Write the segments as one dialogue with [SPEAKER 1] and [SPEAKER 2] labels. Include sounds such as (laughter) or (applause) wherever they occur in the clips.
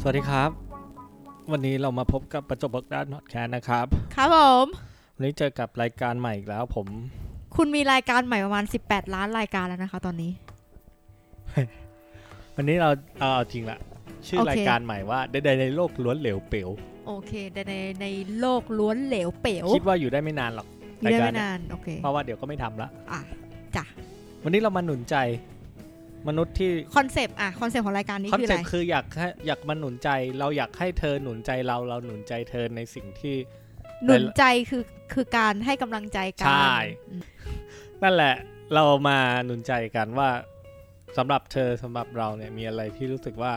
[SPEAKER 1] สวัสดีครับ วันนี้เรามาพบกับประจวบบักด้านพอดแคสต์นะครับ
[SPEAKER 2] ครับผม
[SPEAKER 1] วันนี้เจอกับรายการใหม่อีกแล้ว ผม
[SPEAKER 2] คุณมีรายการใหม่ประมาณ 18 ล้านรายการแล้วนะคะตอนนี้
[SPEAKER 1] วันนี้เราเอาเอาจริงละชื่อ
[SPEAKER 2] โอเค
[SPEAKER 1] รายการใหม่ว่าใดๆในโลกล้วนเหลวเป๋ว
[SPEAKER 2] โอเคแต่ในในโลกล้วนเหลวเป๋ว
[SPEAKER 1] คิดว่าอยู่ได้ไม่นานหรอก
[SPEAKER 2] อยู่ได้
[SPEAKER 1] รายการ
[SPEAKER 2] ไม่นาน โอเค
[SPEAKER 1] เพราะว่าเดี๋ยวก็ไม่ทำละ
[SPEAKER 2] อ่ะ
[SPEAKER 1] วันนี้เรามาหนุนใจ มนุษย์ที่
[SPEAKER 2] คอนเซปต์อ่ะ คอนเซปต์ของรายการนี้
[SPEAKER 1] คอน
[SPEAKER 2] คือ
[SPEAKER 1] เซ็
[SPEAKER 2] อะ
[SPEAKER 1] ป
[SPEAKER 2] ไร
[SPEAKER 1] ต์คืออยากให้อยากมาหนุนใจ เราอยากให้เธอหนุนใจเราเราหนุนใจเธอในสิ่งที่
[SPEAKER 2] หนุนใจคือคือการให้กำลังใจกัน
[SPEAKER 1] ใช่
[SPEAKER 2] อืม
[SPEAKER 1] นั่นแหละเรามาหนุนใจกันว่าสำหรับเธอสำหรับเราเนี่ยมีอะไรที่รู้สึกว่า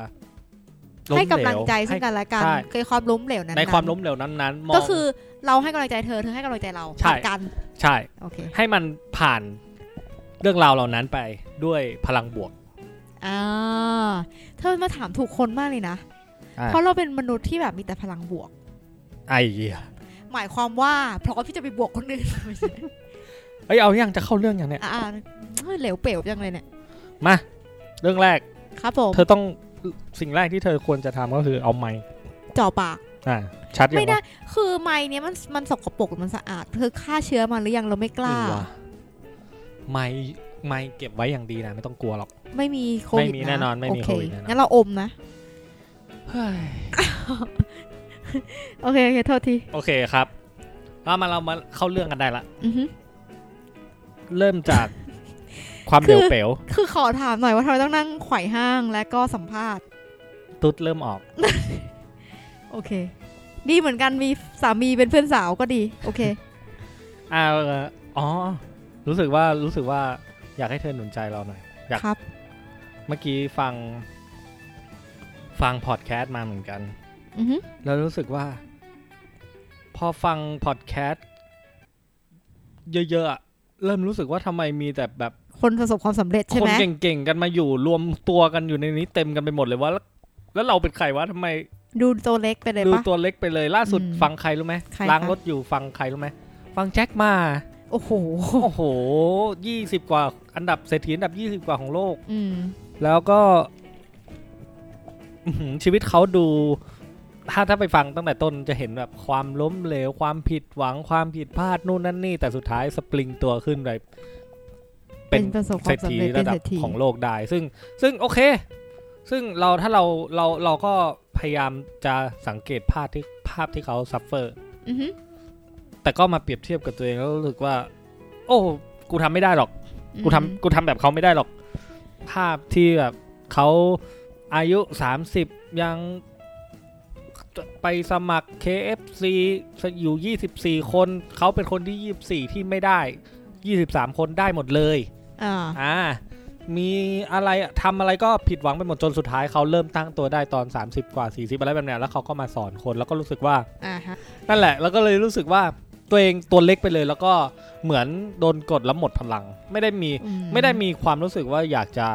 [SPEAKER 1] ล้ม
[SPEAKER 2] ให้กำลัง
[SPEAKER 1] เว
[SPEAKER 2] ใจซึ่งกันและกัน
[SPEAKER 1] ใช่
[SPEAKER 2] คือความล้มเหลวนั้น
[SPEAKER 1] ในความล้มเหลวนั้นๆมอง
[SPEAKER 2] ก็คือเราให้กำลังใจเธอ เธอให้กำลังใจเรา
[SPEAKER 1] ใช่
[SPEAKER 2] ผ่านกัน
[SPEAKER 1] ใช่
[SPEAKER 2] โอเค
[SPEAKER 1] ให้มันผ่านเรื่องราวเหล่านั้นไปด้วยพลังบวก
[SPEAKER 2] อ่าเธอมาถามถูกคนมากเลยนะ เพราะเราเป็นมนุษย์ที่แบบมีแต่พลังบวก
[SPEAKER 1] ไอ้เหี้ย
[SPEAKER 2] หมายความว่าพร้อมที่จะไปบวกคนอื่น (laughs) ไม่ใช่
[SPEAKER 1] เอ้ยเอายังจะเข้าเรื่องอย่างเนี้ย
[SPEAKER 2] อ่าเฮ้ยเหลวเป๋วจังเลยเนี่ย
[SPEAKER 1] มาเรื่องแรก
[SPEAKER 2] ครับผม
[SPEAKER 1] เธอต้องสิ่งแรกที่เธอควรจะทำก็คือเอาไม้
[SPEAKER 2] จ่อปาก
[SPEAKER 1] อ่าชัดยัง
[SPEAKER 2] ไม่ได้
[SPEAKER 1] วะ
[SPEAKER 2] คือไม้เนี้ยมันมันสกปรกมันสะอาดเธอฆ่าเชื้อมันหรือยังเราไม่กล้า
[SPEAKER 1] หรือวะไม้ไม้เก็บไว้อย่างดีนะ ไม่ต้องกลัวหรอก
[SPEAKER 2] ไม่มีโควิด
[SPEAKER 1] ไม่มีแน่นอนไม่มี
[SPEAKER 2] ะ
[SPEAKER 1] โควิดแน่นอน
[SPEAKER 2] เงั้นเราอมนะ
[SPEAKER 1] เฮ้ย
[SPEAKER 2] โอเคโอเคโทษที
[SPEAKER 1] โอเคครับเรามาเรามาเข้าเรื่องกันได้ละ
[SPEAKER 2] อือฮึ
[SPEAKER 1] เริ่มจาก ความเดวเป๋ว
[SPEAKER 2] คือขอถามหน่อยว่าทำไมต้องนั่งไขว่ห้างและก็สัมภาษณ์
[SPEAKER 1] ตุ๊ดเริ่มออก
[SPEAKER 2] โอเค ดีเหมือนกันมีสามีเป็นเพื่อนสาวก็ดี โอเค
[SPEAKER 1] อ่าเอ่ออ๋อ รู้สึกว่ารู้สึกว่าอยากให้เธอหนุนใจเราหน่อย อยาก
[SPEAKER 2] ครับ
[SPEAKER 1] เมื่อกี้ฟัง ฟังพอดแคสต์มาเหมือนกัน
[SPEAKER 2] อือฮึ
[SPEAKER 1] แล้วรู้สึกว่า พอฟังพอดแคสต์เยอะๆอะเริ่มรู้สึกว่าทำไมมีแต่แบบ
[SPEAKER 2] คนประสบความสำเร็จใช่
[SPEAKER 1] คน
[SPEAKER 2] ไหม
[SPEAKER 1] เก่งๆกันมาอยู่รวมตัวกันอยู่ในนี้เต็มกันไปหมดเลยว่าแล้วแล้วเราเป็นใครวะทำไม
[SPEAKER 2] ดูตัวเล็กไปเลย
[SPEAKER 1] ดู
[SPEAKER 2] ปะ
[SPEAKER 1] ตัวเล็กไปเลย ล่าสุด
[SPEAKER 2] อืม
[SPEAKER 1] ฟังใครรู้ไหม
[SPEAKER 2] ใครคะ
[SPEAKER 1] ล้างรถอยู่ฟังใครรู้ไหมฟังแจ็คมา
[SPEAKER 2] โอ้โห
[SPEAKER 1] โอ้โหยี่สิบกว่า อันดับเศรษฐีอันดับยี่สิบกว่าของโลก
[SPEAKER 2] อืม
[SPEAKER 1] แล้วก็อื้อหือชีวิตเขาดู ถ้าถ้าไปฟังตั้งแต่ต้นจะเห็นแบบความล้มเหลว ความผิดหวังความผิดพลาดนู่นนั่นนี่ แต่สุดท้ายสปริงตัวขึ้นไปเป็น
[SPEAKER 2] ประสบค
[SPEAKER 1] เศร
[SPEAKER 2] วาม
[SPEAKER 1] ษ
[SPEAKER 2] สำ
[SPEAKER 1] ฐี
[SPEAKER 2] เร็จเป็
[SPEAKER 1] ระ
[SPEAKER 2] น
[SPEAKER 1] ดับ
[SPEAKER 2] เศรษฐี
[SPEAKER 1] ของโลกได้ ซึ่ง ซึ่งโอเค ซึ่งเราถ้าเราเราเราก็พยายามจะสังเกตภาพที่ภาพที่เขาซัฟเฟอร์
[SPEAKER 2] อือฮึ
[SPEAKER 1] แต่ก็มาเปรียบเทียบกับตัวเองแล้วรู้สึกว่า โอ้กูทำไม่ได้หรอก กูทำกูทำแบบเขาไม่ได้หรอก ภาพที่แบบเขาอายุ 30 ยังไปสมัคร KFC อยู่ 24 คน เขาเป็นคนที่ 24 ที่ไม่ได้ 23 คนได้หมดเลย
[SPEAKER 2] อ่า
[SPEAKER 1] อ่ามีอะไรทำอะไรก็ผิดหวังไปหมดจนสุดท้ายเขาเริ่มตั้งตัวได้ตอน 30 กว่า 40 อะไรแบบเนี้ยแล้วเขาก็มาสอนคนแล้วก็รู้สึกว่า
[SPEAKER 2] อ่าฮะ
[SPEAKER 1] นั่นแหละ แล้วก็เลยรู้สึกว่าตัวเองตัวเล็กไปเลย แล้วก็เหมือนโดนกดแล้วหมดพลัง ไม่ได้มี
[SPEAKER 2] อื
[SPEAKER 1] ไม่ได้มีความรู้สึกว่าอยากจะ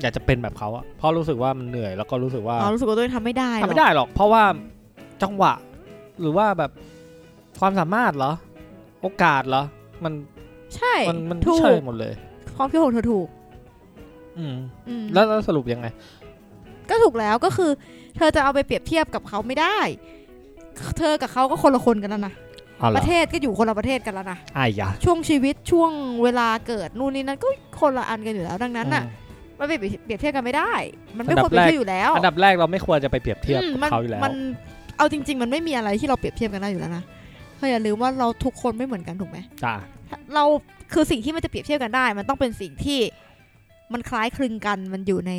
[SPEAKER 1] อยากจะเป็นแบบเขาอะเพราะรู้สึกว่ามันเหนื่อยแล้วก็รู้สึกว่า
[SPEAKER 2] อ๋อรู้สึกว่าตัวเองทำไม่ได้หรอ
[SPEAKER 1] ทำไม่ได้หรอก เพราะว่าจังหวะ หรือว่าแบบความสามารถเหรอ โอกาสเหรอ มัน
[SPEAKER 2] ใช่
[SPEAKER 1] มันมัน
[SPEAKER 2] ถูก
[SPEAKER 1] ใช่หมดเลย
[SPEAKER 2] ความคิดของเธอถูก
[SPEAKER 1] อืม
[SPEAKER 2] อืม
[SPEAKER 1] แล้วแล้วสรุปยังไง
[SPEAKER 2] ก็ถูกแล้วก็คือ เธอจะเอาไปเปรียบเทียบกับเขาไม่ได้ เธอกับเขาก็คนละคนกันแล้วนะ
[SPEAKER 1] เอา
[SPEAKER 2] ป
[SPEAKER 1] ละ
[SPEAKER 2] ระเทศก็อยู่คนละประเทศกันแล้วนะ
[SPEAKER 1] ไอ้ยะ
[SPEAKER 2] ช่วงชีวิตช่วงเวลาเกิดนู่นนี่นั่นก็คนละอันกันอยู่แล้วดังนั้นน่ะ
[SPEAKER 1] อืม
[SPEAKER 2] มันไปเปรียบเทียบกันไม่ได้ มันไม่
[SPEAKER 1] อันดั
[SPEAKER 2] ควร
[SPEAKER 1] บ
[SPEAKER 2] เปรียบ
[SPEAKER 1] แรก
[SPEAKER 2] เทียบอยู่แล้ว
[SPEAKER 1] อันดับแรกเราไม่ควรจะไปเปรียบเทียบ
[SPEAKER 2] อืม
[SPEAKER 1] กับ
[SPEAKER 2] มัน
[SPEAKER 1] เขาอยู่แล้ว
[SPEAKER 2] มันเอาจริง ๆ มันไม่มีอะไรที่เราเปรียบเทียบกันได้อยู่แล้วนะเธออย่าลืมว่าเราทุกคนไม่เหมือนกันถูกไหม
[SPEAKER 1] จ้า
[SPEAKER 2] เราคือสิ่งที่มันจะเปรียบเทียบกันได้ มันต้องเป็นสิ่งที่มันคล้ายคลึงกันมันอยู่ใน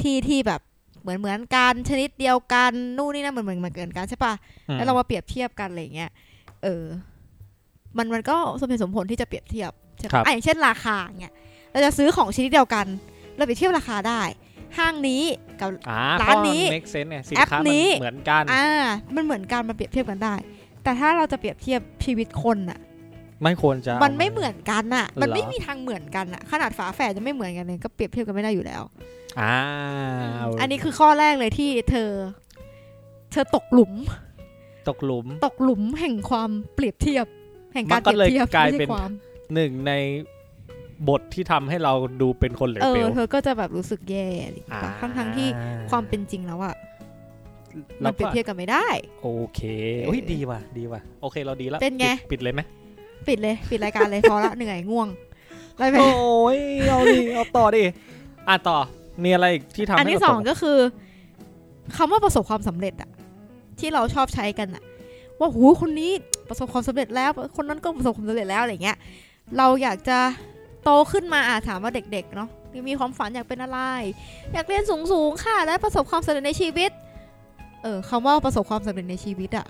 [SPEAKER 2] ที่ที่แบบเหมือนเหมือนกันชนิดเดียวกันนู่นนี่นั่นเหมือนเหมือนเหมือนกันใช่ปะแล้วเรามาเปรียบเทียบกันอะไรอย่างเงี้ยเออ มันมันก็สมเหตุสมผลที่จะเปรียบเทียบใช่ไหม
[SPEAKER 1] ครับ
[SPEAKER 2] อ่ะอย่างเช่นราคาอย่างเงี้ยเราจะซื้อของชนิดเดียวกัน เราเปรียบเทียบราคาได้ ห้างนี้กับ
[SPEAKER 1] อ่า
[SPEAKER 2] ร้านนี้
[SPEAKER 1] เมคเซน make sense เนี่ยสิน
[SPEAKER 2] แอป
[SPEAKER 1] ค้ามัน
[SPEAKER 2] นี้
[SPEAKER 1] เหมือนกัน
[SPEAKER 2] อ่า มันเหมือนกันมาเปรียบเทียบกันได้ แต่ถ้าเราจะเปรียบเทียบชีวิตคนอ่ะ
[SPEAKER 1] ไม่ควรจะ
[SPEAKER 2] มันไม่
[SPEAKER 1] าา
[SPEAKER 2] เหมือนกันอ่ะ
[SPEAKER 1] เหรอ
[SPEAKER 2] มันไม่มีทางเหมือนกันอ่ะ ขนาดฝาแฝดจะไม่เหมือนกันเลยก็เปรียบเทียบกันไม่ได้อยู่แล้ว
[SPEAKER 1] อ่า
[SPEAKER 2] อันนี้คือข้อแรกเลยที่เธอ เธอตกหลุม
[SPEAKER 1] ตกหลุม
[SPEAKER 2] ตกหลุมแห่งความเปรียบเทียบ แห่งการ
[SPEAKER 1] มันก็
[SPEAKER 2] เป
[SPEAKER 1] เลย
[SPEAKER 2] รียบเทียบ
[SPEAKER 1] กลาย
[SPEAKER 2] ไม่
[SPEAKER 1] เป็
[SPEAKER 2] ใช่
[SPEAKER 1] น
[SPEAKER 2] ความ
[SPEAKER 1] หนึ่งในบทที่ทำให้เราดูเป็นคนเหลว
[SPEAKER 2] เอ
[SPEAKER 1] เปล
[SPEAKER 2] อ
[SPEAKER 1] ว
[SPEAKER 2] เธอก็จะแบบรู้สึกแย่อะไรอย่างเงี้ยป่ะทั้งทั้งๆที่
[SPEAKER 1] อ่
[SPEAKER 2] ความเป็นจริงแล้วอ่ะมั
[SPEAKER 1] เรา
[SPEAKER 2] นเปรียบ
[SPEAKER 1] ก็
[SPEAKER 2] เทียบกันไม่ได้
[SPEAKER 1] โอเคโอ้ยดีว่ะดีว่ะโอเคเราดีแล้ว
[SPEAKER 2] เป็นไง
[SPEAKER 1] ดปิดเลยไหม
[SPEAKER 2] ปิดเลย ปิดรายการเลยพอละ เหนื่อย
[SPEAKER 1] (laughs)
[SPEAKER 2] ง่วงได้ไหม
[SPEAKER 1] โอ้ยเอาดิเอาต่อดิอ่ะต่อมีอะไรอีกที่ทำ
[SPEAKER 2] อัน
[SPEAKER 1] ให้
[SPEAKER 2] ที่
[SPEAKER 1] เรา
[SPEAKER 2] สอง
[SPEAKER 1] ตก
[SPEAKER 2] ก็คือคำว่าประสบความสำเร็จอะที่เราชอบใช้กันอะว่าหูคนนี้ประสบความสำเร็จแล้ว คนนั้นก็ประสบความสำเร็จแล้วอะไรเงี้ย เราอยากจะโตขึ้นมาอาถามว่าเด็ก ๆ เนาะมีความฝันอยากเป็นอะไร อยากเรียนสูงๆค่ะ และประสบความสำเร็จในชีวิต เออคำว่าประสบความสำเร็จในชีวิตอะ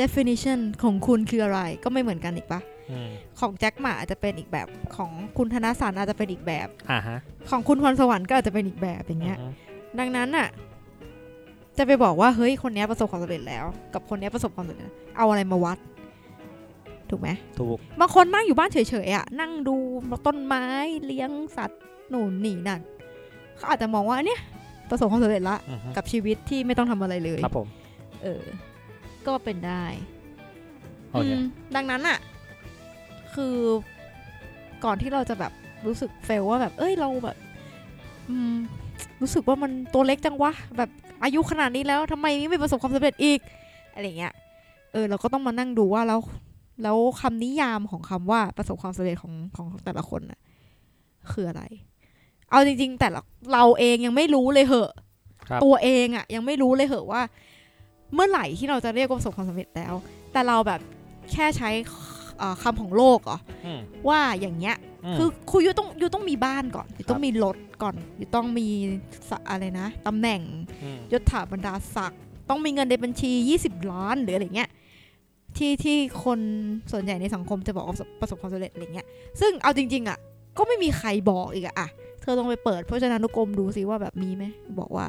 [SPEAKER 2] definition ของคุณคืออะไรก็ไม่เหมือนกันอีกปะ
[SPEAKER 1] อืม
[SPEAKER 2] ของแจ็คหมาอาจจะเป็นอีกแบบของคุณธนสารอาจจะเป็นอีกแบบ
[SPEAKER 1] อ่าฮะ
[SPEAKER 2] ของคุณพรสวรรค์ก็อาจจะเป็นอีกแบบอย่างเงี้ย
[SPEAKER 1] อืม
[SPEAKER 2] ดังนั้นน่ะ จะไปบอกว่าเฮ้ยคนเนี้ยประสบความสำเร็จแล้ว กับคนเนี้ยประสบความสำเร็จแล้วเอาอะไรมาวัด ถูกไหม
[SPEAKER 1] ถูก
[SPEAKER 2] บางคนนั่งอยู่บ้านเฉยๆอ่ะนั่งดูต้นไม้เลี้ยงสัตว์หนูนนี่นั่นเขาอาจจะมองว่าเนี่ย ประสบความสำเร็จละ
[SPEAKER 1] อือฮึ
[SPEAKER 2] กับชีวิตที่ไม่ต้องทำอะไรเลย
[SPEAKER 1] ครับผม
[SPEAKER 2] เออ ก็เป็นได้
[SPEAKER 1] โอเค
[SPEAKER 2] อืมดังนั้นอะคือก่อนที่เราจะแบบรู้สึกเฟลว่าแบบ เอ้ยเราแบบ อืม รู้สึกว่ามันตัวเล็กจังวะแบบอายุขนาดนี้แล้วทำไมไม่ประสบความสำเร็จอีกอะไรเงี้ยเออ เราก็ต้องมานั่งดูว่าแล้วแล้วคำนิยามของคำว่าประสบความสำเร็จของของแต่ละคนน่ะ คืออะไร เอาจริง ๆ แต่ละเราเองยังไม่รู้เลยเหอะ
[SPEAKER 1] ครับ
[SPEAKER 2] ตัวเองอะยังไม่รู้เลยเหอะว่า เมื่อไหร่ที่เราจะเรียกว่าประสบความสำเร็จแล้ว แต่เราแบบแค่ใช้เอ่อคำของโลกเหรอ
[SPEAKER 1] อืม
[SPEAKER 2] ว่าอย่างเงี้ย
[SPEAKER 1] ม
[SPEAKER 2] คือคุณยูต้องยูต้องมีบ้านก่อนยูต้
[SPEAKER 1] ค
[SPEAKER 2] อ
[SPEAKER 1] รั
[SPEAKER 2] ง
[SPEAKER 1] บ
[SPEAKER 2] มีรถก่อนยูต้องมีสะอะไรนะตำแหน่ง
[SPEAKER 1] ม
[SPEAKER 2] ยศถาบรรดาศักดิ์ต้องมีเงินในบัญชี 20 ล้านหรืออะไรเงี้ยที่ที่คนส่วนใหญ่ในสังคมจะบอกว่าประสบความสำเร็จอะไรเงี้ยซึ่งเอาจริง ๆอะก็ไม่มีใครบอกอีกอะอะเธอลองไปเปิดพจนานุกรมดูสิว่าแบบมีไหมบอกว่า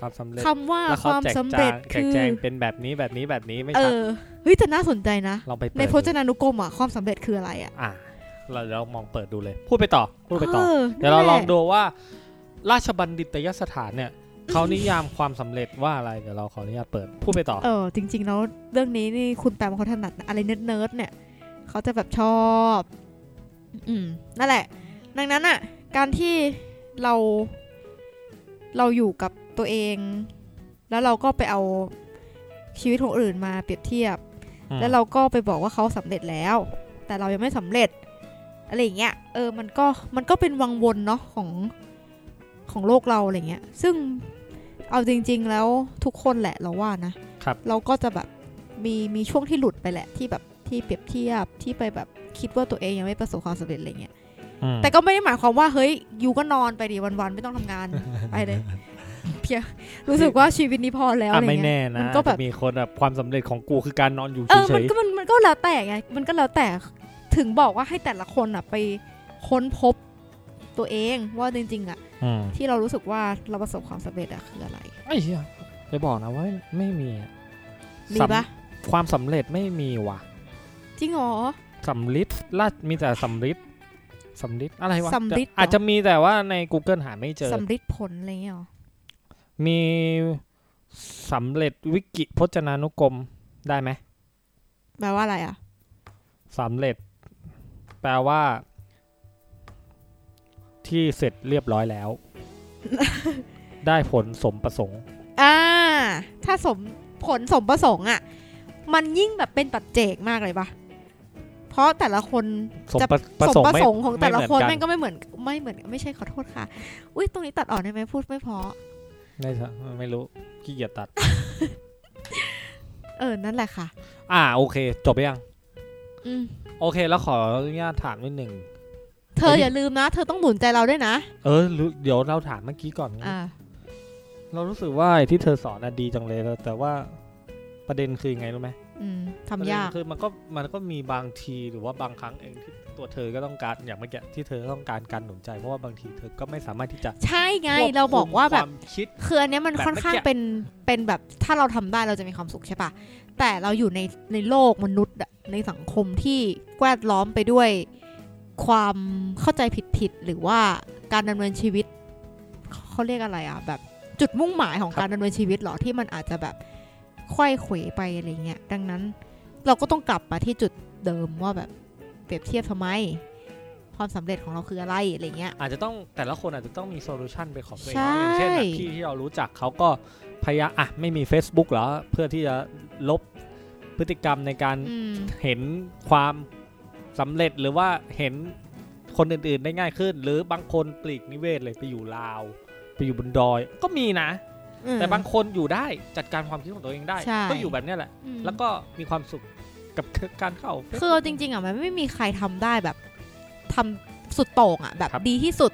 [SPEAKER 1] ความสำเร็จ
[SPEAKER 2] คำว่า
[SPEAKER 1] แล้ว
[SPEAKER 2] ค
[SPEAKER 1] เขา
[SPEAKER 2] วาม
[SPEAKER 1] แจก
[SPEAKER 2] สำ
[SPEAKER 1] แจ
[SPEAKER 2] เร็จ
[SPEAKER 1] งแจก
[SPEAKER 2] คือ
[SPEAKER 1] แจงเป็นแบบนี้แบบนี้แบบนี้ไม่
[SPEAKER 2] เอ
[SPEAKER 1] ชัด
[SPEAKER 2] อเฮ้ยแต่น่าสนใจนะ
[SPEAKER 1] ลองไปเปิด
[SPEAKER 2] ในพจ
[SPEAKER 1] ดู
[SPEAKER 2] นานุกรมอ่ะ ความสำเร็จคืออะไรอ่ะ
[SPEAKER 1] อ่าเราเรามองเปิดดูเลย พูดไปต่อพูดไปต่อ
[SPEAKER 2] ออ
[SPEAKER 1] เดี๋ยวเรา
[SPEAKER 2] นั่นแหะ
[SPEAKER 1] ลองดูว่าราชบัณฑิตยสถานเนี่ยเขานิยามความสำเร็จว่าอะไร เดี๋ยวเราขออนุญาตเปิด พูดไปต่อ
[SPEAKER 2] เออ จริง ๆ แล้วเรื่องนี้นี่คุณแปมเขาถนัดนะอะไรเนิร์ดๆเนี่ย เขาจะแบบชอบ อืมนั่นแหละ ดังนั้นอ่ะ การที่เรา เราอยู่กับตัวเอง แล้วเราก็ไปเอาชีวิตของคนอื่นมาเปรียบเทียบ
[SPEAKER 1] อืม
[SPEAKER 2] แล้วเราก็ไปบอกว่าเขาสำเร็จแล้ว แต่เรายังไม่สำเร็จอะไรอย่างเงี้ยเออมันก็มันก็เป็นวังวนเนาะของของโลกเราอะไรเงี้ย ซึ่งเอาจริง ๆ แล้วทุกคนแหละเราว่านะครับ เราก็จะแบบมีมีช่วงที่หลุดไปแหละที่แบบที่เปรียบเทียบที่ไปแบบคิดว่าตัวเองยังไม่ประสบความสำเร็จอะไรเงี้ย
[SPEAKER 1] อืม
[SPEAKER 2] แต่ก็ไม่ได้หมายความว่าเฮ้ยอยู่ก็นอนไปดิวันๆไม่ต้องทำงาน ไปเลย เพียรู้สึกว่าชีวิตนี้พอแล้ว
[SPEAKER 1] อ่ะ
[SPEAKER 2] อะไร
[SPEAKER 1] ไม่
[SPEAKER 2] เงี้ย
[SPEAKER 1] แน่
[SPEAKER 2] มั
[SPEAKER 1] นะ
[SPEAKER 2] นก็แบบ
[SPEAKER 1] จะมีคนแบบความสำเร็จของกูคือการนอนอยู่
[SPEAKER 2] เออ
[SPEAKER 1] เฉ
[SPEAKER 2] มัน
[SPEAKER 1] ย
[SPEAKER 2] ก็มันมันก็แล้วแต่ไง มันก็แล้วแต่ ถึงบอกว่าให้แต่ละคนอ่ะไปค้นพบตัวเองว่าจริง ๆ อ่ะ
[SPEAKER 1] ๆอืม
[SPEAKER 2] ที่เรารู้สึกว่าเราประสบความสำเร็จอ่ะคืออะไร
[SPEAKER 1] ไอ้เหี้ยจะบอกนะว่าไม่มีอะ
[SPEAKER 2] มีปะ
[SPEAKER 1] สำความสำเร็จไม่มีว่ะ
[SPEAKER 2] จริงเหรอ
[SPEAKER 1] สำลิดราชมีแต่สำลิดสำลิดอะไรวะ
[SPEAKER 2] สำลิดเหรออ
[SPEAKER 1] อาจจะมีแต่ว่าใน Google หาไม่เจอ
[SPEAKER 2] สำลิดผลอะไรเงี้ยเหรอ
[SPEAKER 1] มีสำเร็จวิกิพจนานุกรมได้ไหม
[SPEAKER 2] แปลว่าอะไรอ่ะ
[SPEAKER 1] สำเร็จ แปลว่า ที่เสร็จเรียบร้อยแล้ว
[SPEAKER 2] (laughs)
[SPEAKER 1] ได้ผลสมประสงค์
[SPEAKER 2] อ่า ถ้าสมผลสมประสงค์อ่ะ มันยิ่งแบบเป็นปัจเจกมากเลยปะเพราะแต่ละคน
[SPEAKER 1] สม
[SPEAKER 2] จะ
[SPEAKER 1] ประประส
[SPEAKER 2] สม
[SPEAKER 1] งค์
[SPEAKER 2] ประ
[SPEAKER 1] ไม่
[SPEAKER 2] สงค์ของแต่ละคน
[SPEAKER 1] ไม่
[SPEAKER 2] แม่ง
[SPEAKER 1] เหมือกั
[SPEAKER 2] ก็ไม่เหมือนไม่เหมือนไม่ใช่ขอโทษค่ะ อุ้ยตรงนี้ตัดออกได้ไหมพูดไม่เพอ
[SPEAKER 1] ไม่ใช่ไม่รู้ขี้เกียจตัด
[SPEAKER 2] เออนั่นแหละค่ะ
[SPEAKER 1] อ่า โอเค จบยัง
[SPEAKER 2] อืม
[SPEAKER 1] โอเค แล้วขออนุญาตถามนิดหนึ่ง
[SPEAKER 2] เธออย่าลืมนะ เธอต้องหนุนใจเราด้วยนะ
[SPEAKER 1] เออรู้เดี๋ยวเราถามเมื่อกี้ก่อน
[SPEAKER 2] อ่า
[SPEAKER 1] เรารู้สึกว่าไอ้ที่เธอสอนน่ะดีจังเลยแล้วแต่ว่าประเด็นคือไงรู้ไหม
[SPEAKER 2] อืม
[SPEAKER 1] ประเด็น
[SPEAKER 2] ทำยาก
[SPEAKER 1] คือมันก็มันก็มีบางทีหรือว่าบางครั้งเองที่ตัวเธอก็ต้องการอย่างเมื่อกี้ที่เธอต้องการการหนุนใจเพราะว่าบางทีเธอก็ไม่สามารถที่จะ
[SPEAKER 2] ใช่ไง
[SPEAKER 1] ควคุม
[SPEAKER 2] เราบอกว่าแบบ
[SPEAKER 1] คมคิด
[SPEAKER 2] คืออันเนี้ยมัน
[SPEAKER 1] แบบ
[SPEAKER 2] ค่อนข้าง
[SPEAKER 1] เมื่อกี้
[SPEAKER 2] เป็นเป็นแบบถ้าเราทำได้เราจะมีความสุขใช่ปะแต่เราอยู่ในในโลกมนุษย์อะในสังคมที่แวดล้อมไปด้วยความเข้าใจผิดๆหรือว่าการดำเนินชีวิตเขาเรียกอะไรอะแบบจุดมุ่งหมายของการดำเนินชีวิตเหรอที่มันอาจจะแบบค่อยเขวไปอะไรเงี้ยดังนั้นเราก็ต้องกลับมาที่จุดเดิมว่าแบบเปรียบเทียบทำไม ความสำเร็จของเราคืออะไรอะไรเงี้ย
[SPEAKER 1] อาจจะต้องแต่ละคนอาจจะต้องมีโซลูชันเป็นของตัวเอง
[SPEAKER 2] ใช่
[SPEAKER 1] เนาะอย่างเช่นแบบพี่ที่เรารู้จักเขาก็พยายามอ่ะไม่มี Facebook เหรอเพื่อที่จะลบพฤติกรรมในการ
[SPEAKER 2] อืม
[SPEAKER 1] เห็นความสำเร็จหรือว่าเห็นคนอื่นๆได้ง่ายขึ้น หรือบางคนปลีกนิเวศเลยไปอยู่ลาว ไปอยู่บนดอย ก็มีนะ แต่บางคนอยู่ได้จัดการความคิดของตัวเองได้
[SPEAKER 2] ใช่
[SPEAKER 1] ก็อยู่แบบเนี้ยแหละ
[SPEAKER 2] อืม
[SPEAKER 1] แล้วก็มีความสุขกับการเข้า
[SPEAKER 2] คือเอาจริงๆอ่ะมันไม่มีใครทำได้แบบทำสุดโต่งอ่ะแบบ
[SPEAKER 1] ครับ
[SPEAKER 2] ดีที่สุด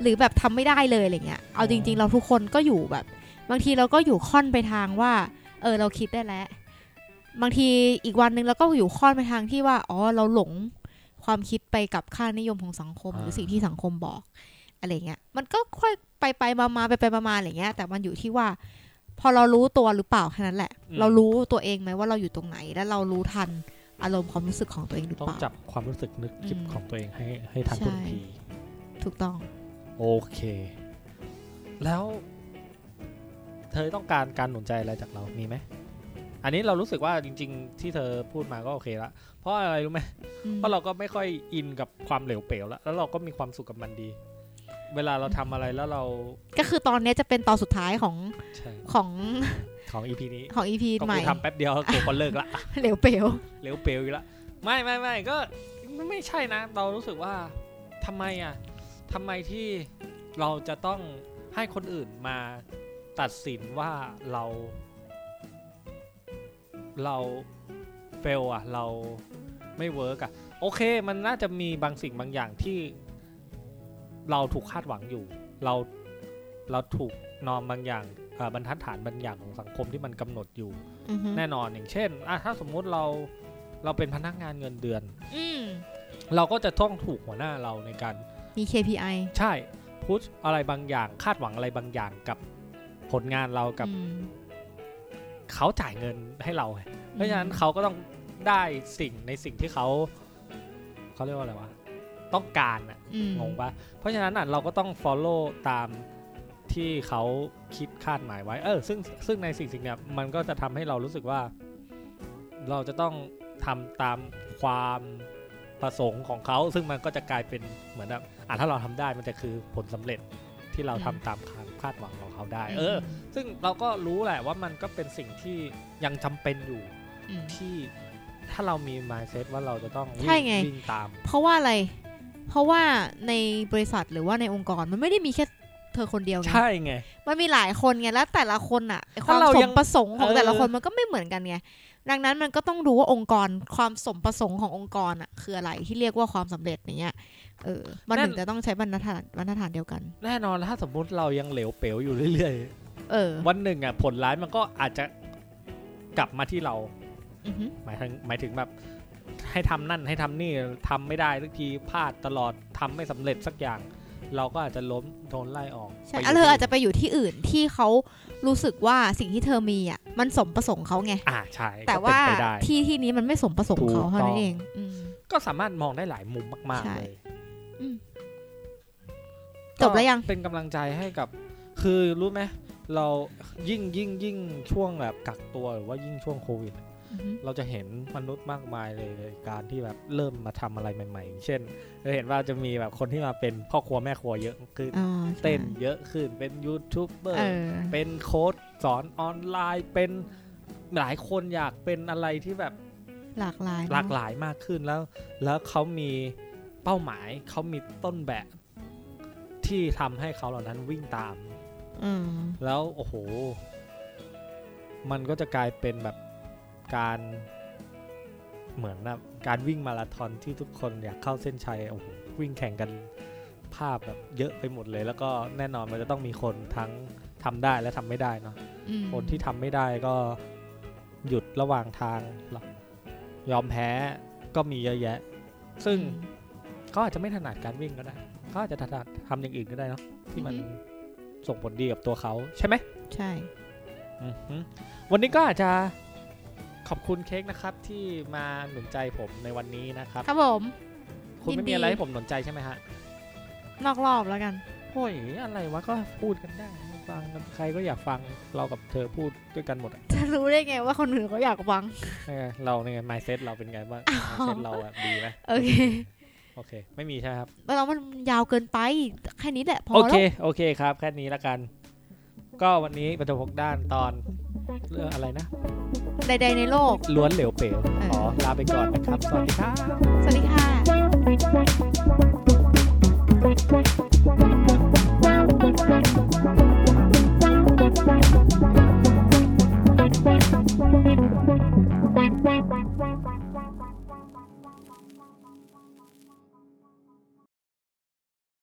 [SPEAKER 2] หรือแบบทำไม่ได้เลยอะไรเงี้ยเอาจริง ๆ เราทุกคนก็อยู่แบบ บางทีเราก็อยู่ค่อนไปทางว่า เออเราคิดได้แล้ว บางทีอีกวันหนึ่งเราก็อยู่ค่อนไปทางที่ว่าอ๋อเราหลงความคิดไปกับค่านิยมของสังคม
[SPEAKER 1] อ่า
[SPEAKER 2] หรือสิ่งที่สังคมบอกอะไรเงี้ยมันก็ค่อยไปไปมามาไปไปมามาอะไรเงี้ย แต่มันอยู่ที่ว่า พอเรารู้ตัวหรือเปล่าแค่นั้นแหละ
[SPEAKER 1] อืม
[SPEAKER 2] เรารู้ตัวเองไหมว่าเราอยู่ตรงไหน และเรารู้ทันอารมณ์ความรู้สึกของตัวเองหรือ
[SPEAKER 1] ต้อ
[SPEAKER 2] เป
[SPEAKER 1] ง
[SPEAKER 2] ล่า
[SPEAKER 1] จับความรู้สึกนึกคิด
[SPEAKER 2] อืม
[SPEAKER 1] ของตัวเองให้ให้ทันทุก
[SPEAKER 2] ใช่
[SPEAKER 1] ที
[SPEAKER 2] ถูกต้อง
[SPEAKER 1] โอเค แล้ว เธอต้องการการหนุนใจอะไรจากเรามีไหม อันนี้เรารู้สึกว่าจริง ๆ ที่เธอพูดมาก็โอเคละเพราะอะไรรู้ไหม
[SPEAKER 2] อืม
[SPEAKER 1] เพราะเราก็ไม่ค่อยอินกับความเหลวเป๋วแล้วแล้วเราก็มีความสุขกับมันดี เวลาเราทำอะไรแล้วเรา
[SPEAKER 2] ก็คือตอนเนี้ยจะเป็นตอนสุดท้ายของ
[SPEAKER 1] ใช่
[SPEAKER 2] ของ
[SPEAKER 1] ของอีพีนี้
[SPEAKER 2] ของอีพี
[SPEAKER 1] ก็
[SPEAKER 2] ใหม่
[SPEAKER 1] กูทำแป๊บเดียวกูก็เลิกละ
[SPEAKER 2] เหลวเป๋ว
[SPEAKER 1] เหลวเปลวอีกแล้วไม่ไม่ไม่ก็ไม่ใช่นะ เรารู้สึกว่าทำไมอ่ะทำไมที่เราจะต้องให้คนอื่นมาตัดสินว่าเรา เราเฟลอ่ะ เราไม่เวิร์กอ่ะ โอเค มันน่าจะมีบางสิ่งบางอย่างที่ เราถูกคาดหวังอยู่ เราเราถูกนอมบางอย่างเอ่อบรรทัดฐานบางอย่างของสังคมที่มันกำหนดอยู่
[SPEAKER 2] อือฮึ
[SPEAKER 1] แน่นอนอย่างเช่นอ่ะถ้าสมมุติเราเราเป็นพนักงานเงินเดือน
[SPEAKER 2] อืม
[SPEAKER 1] เราก็จะต้องถูกหัวหน้าเราในการ
[SPEAKER 2] มี KPI
[SPEAKER 1] ใช่พุชอะไรบางอย่าง คาดหวังอะไรบางอย่างกับผลงานเรากับ
[SPEAKER 2] อืม
[SPEAKER 1] เขาจ่ายเงินให้เราไงเพราะฉะนั้นเขาก็ต้องได้สิ่งในสิ่งที่เขาเขาเรียกว่าอะไรวะต้องการอะ
[SPEAKER 2] อืม
[SPEAKER 1] งงปะเพราะฉะนั้นอ่ะเราก็ต้อง follow ตามที่เขาคิดคาดหมายไว้ เออ ซึ่งซึ่งในสิ่งสิ่งเนี้ยมันก็จะทำให้เรารู้สึกว่า เราจะต้องทำตามความประสงค์ของเขา ซึ่งมันก็จะกลายเป็นเหมือนแบบอ่ะถ้าเราทำได้มันจะคือผลสำเร็จที่เราทำตามความคาดหวังของเขาได้ เออ ซึ่งเราก็รู้แหละว่ามันก็เป็นสิ่งที่ยังจำเป็นอยู่
[SPEAKER 2] อืม
[SPEAKER 1] ที่ถ้าเรามี mindset ว่าเราจะต้องวิ่
[SPEAKER 2] ใช่ไง
[SPEAKER 1] วิ่งตาม
[SPEAKER 2] เพราะว่าอะไร เพราะว่าในบริษัทหรือว่าในองค์กรมันไม่ได้มีแค่เธอคนเดียวไง
[SPEAKER 1] ใช่ไง
[SPEAKER 2] มันมีหลายคนไงแล้วแต่ละคนอ่ะไอ้ความ
[SPEAKER 1] ถ้าเรา
[SPEAKER 2] ส
[SPEAKER 1] ยั
[SPEAKER 2] ม
[SPEAKER 1] ง
[SPEAKER 2] ประสงค์ของ
[SPEAKER 1] เออ
[SPEAKER 2] แต่ละคนมันก็ไม่เหมือนกันไงดังนั้นมันก็ต้องรู้ว่าองค์กรความสมประสงค์ขององค์กรอ่ะคืออะไรที่เรียกว่าความสำเร็จอย่างเงี้ยเออมันถึงจะต้องใช้บรรทัดฐานบรรทัดฐานเดียวกัน
[SPEAKER 1] แน่นอนถ้าสมมุติเรายังเหลวเป๋วอยู่เรื่อย
[SPEAKER 2] เออ
[SPEAKER 1] ๆ วันหนึ่งอ่ะผลร้ายมันก็อาจจะกลับมาที่เรา
[SPEAKER 2] อือฮึ
[SPEAKER 1] หมายถึงหมายถึงแบบให้ทำนั่นให้ทำนี่ทำไม่ได้สักทีพลาดตลอดทำไม่สำเร็จสักอย่าง เราก็อาจจะล้มโดนไล่ออก
[SPEAKER 2] ใช่
[SPEAKER 1] ไป
[SPEAKER 2] อ่ะเธออาจ
[SPEAKER 1] ที่
[SPEAKER 2] จะไปอยู่ที่อื่นที่เขารู้สึกว่าสิ่งที่เธอมีอ่ะมันสมประสงค์เขาไง
[SPEAKER 1] อ่าใช่
[SPEAKER 2] แต่
[SPEAKER 1] ก็เป็น
[SPEAKER 2] ว่า
[SPEAKER 1] ไปได้
[SPEAKER 2] ที่ที่นี้มันไม่สมประสงค์เขาเท่า
[SPEAKER 1] ถู
[SPEAKER 2] นั้
[SPEAKER 1] กต้อน ง
[SPEAKER 2] เองอืม
[SPEAKER 1] ก็สามารถมองได้หลายมุมมาก
[SPEAKER 2] ใช่
[SPEAKER 1] ๆ เลย
[SPEAKER 2] อืม
[SPEAKER 1] ก็
[SPEAKER 2] จบแล้วยัง
[SPEAKER 1] เป็นกำลังใจให้กับ คือรู้ไหมเรายิ่งยิ่งยิ่งช่วงแบบกักตัวหรือว่ายิ่งช่วงโควิด
[SPEAKER 2] อือฮึ
[SPEAKER 1] เราจะเห็นมนุษย์มากมายเลยในการที่แบบเริ่มมาทำอะไรใหม่ๆอย่างเช่นเราเห็นว่าจะมีแบบคนที่มาเป็นพ่อครัวแม่ครัวเยอะขึ้น
[SPEAKER 2] อ่าใช่
[SPEAKER 1] เต้นเยอะขึ้นเป็นยูทูบเบอ
[SPEAKER 2] เอ
[SPEAKER 1] ร์
[SPEAKER 2] อ
[SPEAKER 1] เป็นโค้ดสอนออนไลน์เป็นหลายคนอยากเป็นอะไรที่แบบ
[SPEAKER 2] หลากหลาย
[SPEAKER 1] หลาก
[SPEAKER 2] เนอะ
[SPEAKER 1] หลายมากขึ้นแล้ว แล้วเขามีเป้าหมายเขามีต้นแบบที่ทำให้เขาเหล่านั้นวิ่งตาม
[SPEAKER 2] อืม
[SPEAKER 1] แล้วโอ้โห มันก็จะกลายเป็นแบบการเหมือนแบบการวิ่งมาราธอนที่ทุกคนอยากเข้าเส้นชัยโอ้โหวิ่งแข่งกันภาพแบบเยอะไปหมดเลย แล้วก็แน่นอนมันจะต้องมีคนทั้งทำได้และทำไม่ได้เนาะ
[SPEAKER 2] อืม
[SPEAKER 1] คนที่ทำไม่ได้ก็ หยุดระหว่างทางหรอกยอมแพ้ก็มีเยอะแยะ ซึ่งเขาอาจจะไม่ถนัดการวิ่งก็ได้เขาอาจจะถนัดทำอย่างอื่นก็ได้เนาะที่มัน
[SPEAKER 2] อือฮึ
[SPEAKER 1] ส่งผลดีกับตัวเขาใช่ไหม
[SPEAKER 2] ใช่
[SPEAKER 1] อือหือวันนี้ก็อาจจะขอบคุณเค้กนะครับ ที่มาหนุนใจผมในวันนี้นะครับ
[SPEAKER 2] ครับผม
[SPEAKER 1] คุณไม่
[SPEAKER 2] ยินดี
[SPEAKER 1] มีอะไรให้ผมหนุนใจใช่ไหมฮะ
[SPEAKER 2] นอกรอบแล้วกัน (laughs)
[SPEAKER 1] โอ้ยอะไรวะก็พูดกันได้ฟังกันใครก็อยากฟังเรากับเธอพูดด้วยกันหมดอะ
[SPEAKER 2] จะรู้ได้ไงว่าคนอื่นเขาอยากฟัง (laughs)
[SPEAKER 1] เออเราเนี่ยไง mindset เราเป็นไงบ้าง mindset เราอะดีไหม
[SPEAKER 2] โอเค (laughs)
[SPEAKER 1] โอเค ไม่มีใช่ไหมครับ
[SPEAKER 2] แล้วมันยาวเกินไปแค่นี้แหละพอ
[SPEAKER 1] โอ
[SPEAKER 2] แล้
[SPEAKER 1] เคว โอเคครับ แค่นี้ละกัน ก็วันนี้ประจบพกด้านตอนเรื่องอะไรนะ
[SPEAKER 2] ใดๆในโลก
[SPEAKER 1] ล้วนเหลวเป๋ว
[SPEAKER 2] เออ
[SPEAKER 1] อ๋
[SPEAKER 2] อ๋
[SPEAKER 1] อลาไปก่อนนะครับสวัสดีครับ
[SPEAKER 2] สวัสดีค่ะ